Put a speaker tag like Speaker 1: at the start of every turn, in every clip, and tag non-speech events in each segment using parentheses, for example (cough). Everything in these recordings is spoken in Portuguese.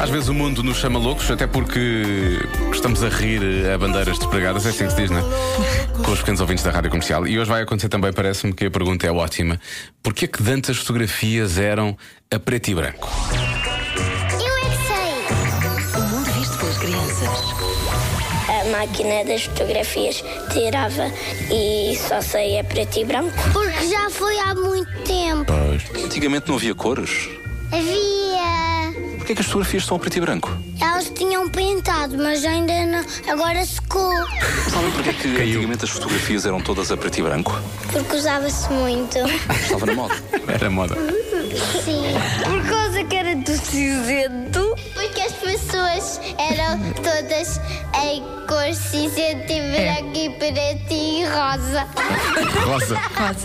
Speaker 1: Às vezes o mundo nos chama loucos, até porque estamos a rir eh, a bandeiras despregadas, é assim que se diz, né? Com os pequenos ouvintes da rádio comercial. E hoje vai acontecer também, parece-me que a pergunta é ótima: porquê que dantes as fotografias eram a preto e branco?
Speaker 2: Eu é que sei!
Speaker 3: O mundo visto pelas crianças.
Speaker 4: A máquina das fotografias tirava e só saía preto e branco.
Speaker 2: Porque já foi há muito tempo.
Speaker 5: Antigamente não havia cores.
Speaker 2: Havia.
Speaker 5: Porquê é que as fotografias são a preto e branco?
Speaker 2: Elas tinham pintado, mas ainda não. Agora secou.
Speaker 5: Sabem porquê é que antigamente as fotografias eram todas a preto e branco?
Speaker 2: Porque usava-se muito.
Speaker 5: Estava na moda.
Speaker 1: (laughs) Era moda.
Speaker 2: Sim.
Speaker 6: Por causa que era do cinzento.
Speaker 2: Porque as pessoas eram todas em cor cinzenta e branca e preta e rosa.
Speaker 1: Rosa.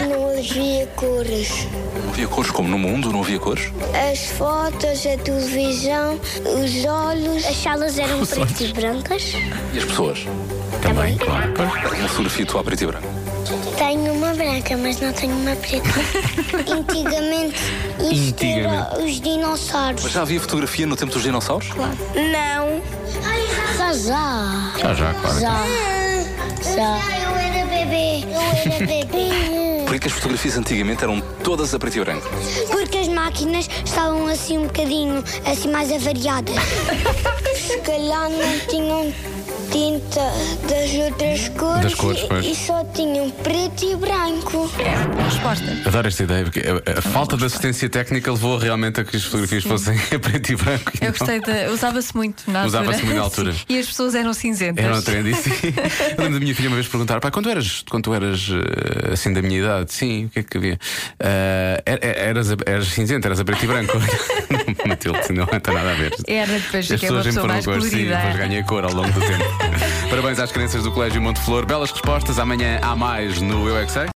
Speaker 2: Não havia cores.
Speaker 5: Não havia cores como no mundo, não havia cores.
Speaker 2: As fotos, a televisão, os olhos. As salas eram pretas e brancas.
Speaker 5: E as pessoas?
Speaker 1: Também, claro. Pois.
Speaker 5: Uma fotografia tua a preto e branco.
Speaker 2: Tenho uma branca, mas não tenho uma
Speaker 1: (laughs)
Speaker 2: preta. Antigamente, isto
Speaker 1: Antigamente.
Speaker 2: era os dinossauros.
Speaker 5: Mas já havia fotografia no tempo dos dinossauros?
Speaker 6: Não.
Speaker 2: Já, já.
Speaker 1: Já, já, claro.
Speaker 2: Já. Eu era bebê. Eu era bebê.
Speaker 5: Porquê que as fotografias antigamente eram todas a preto e branco?
Speaker 2: Porque as máquinas estavam assim um bocadinho, assim mais avariadas. Se calhar não tinham tinta das outras cores,
Speaker 1: Das cores, pois.
Speaker 2: e só tinham preto e branco.
Speaker 3: Resposta.
Speaker 1: Adoro esta ideia, porque a, a falta de assistência técnica levou realmente a que as fotografias fossem (laughs) a preto e branco. e
Speaker 3: Eu
Speaker 1: não-
Speaker 3: gostei da. Usava-se muito na altura.
Speaker 1: Usava-se muito na altura.
Speaker 3: (laughs) E as pessoas eram cinzentas.
Speaker 1: Era um trend, e sim.
Speaker 3: (laughs)
Speaker 1: Eu lembro da minha filha uma vez perguntar: pá, quando tu eras, quando tu eras eh, assim da minha idade, sim, o que é que havia? Ah, er- er- eras, a- eras cinzento, eras a preto e branco. (laughs) Matilde, não tem nada a ver.
Speaker 3: Era, depois fiquei é uma pessoa
Speaker 1: imporam
Speaker 3: mais
Speaker 1: cor, sim,
Speaker 3: colorida.
Speaker 1: depois ganhei cor ao longo
Speaker 3: (laughs)
Speaker 1: do tempo. Parabéns às crianças do Colégio Monte Flor, belas respostas. Amanhã há mais no Eu é Que Sei.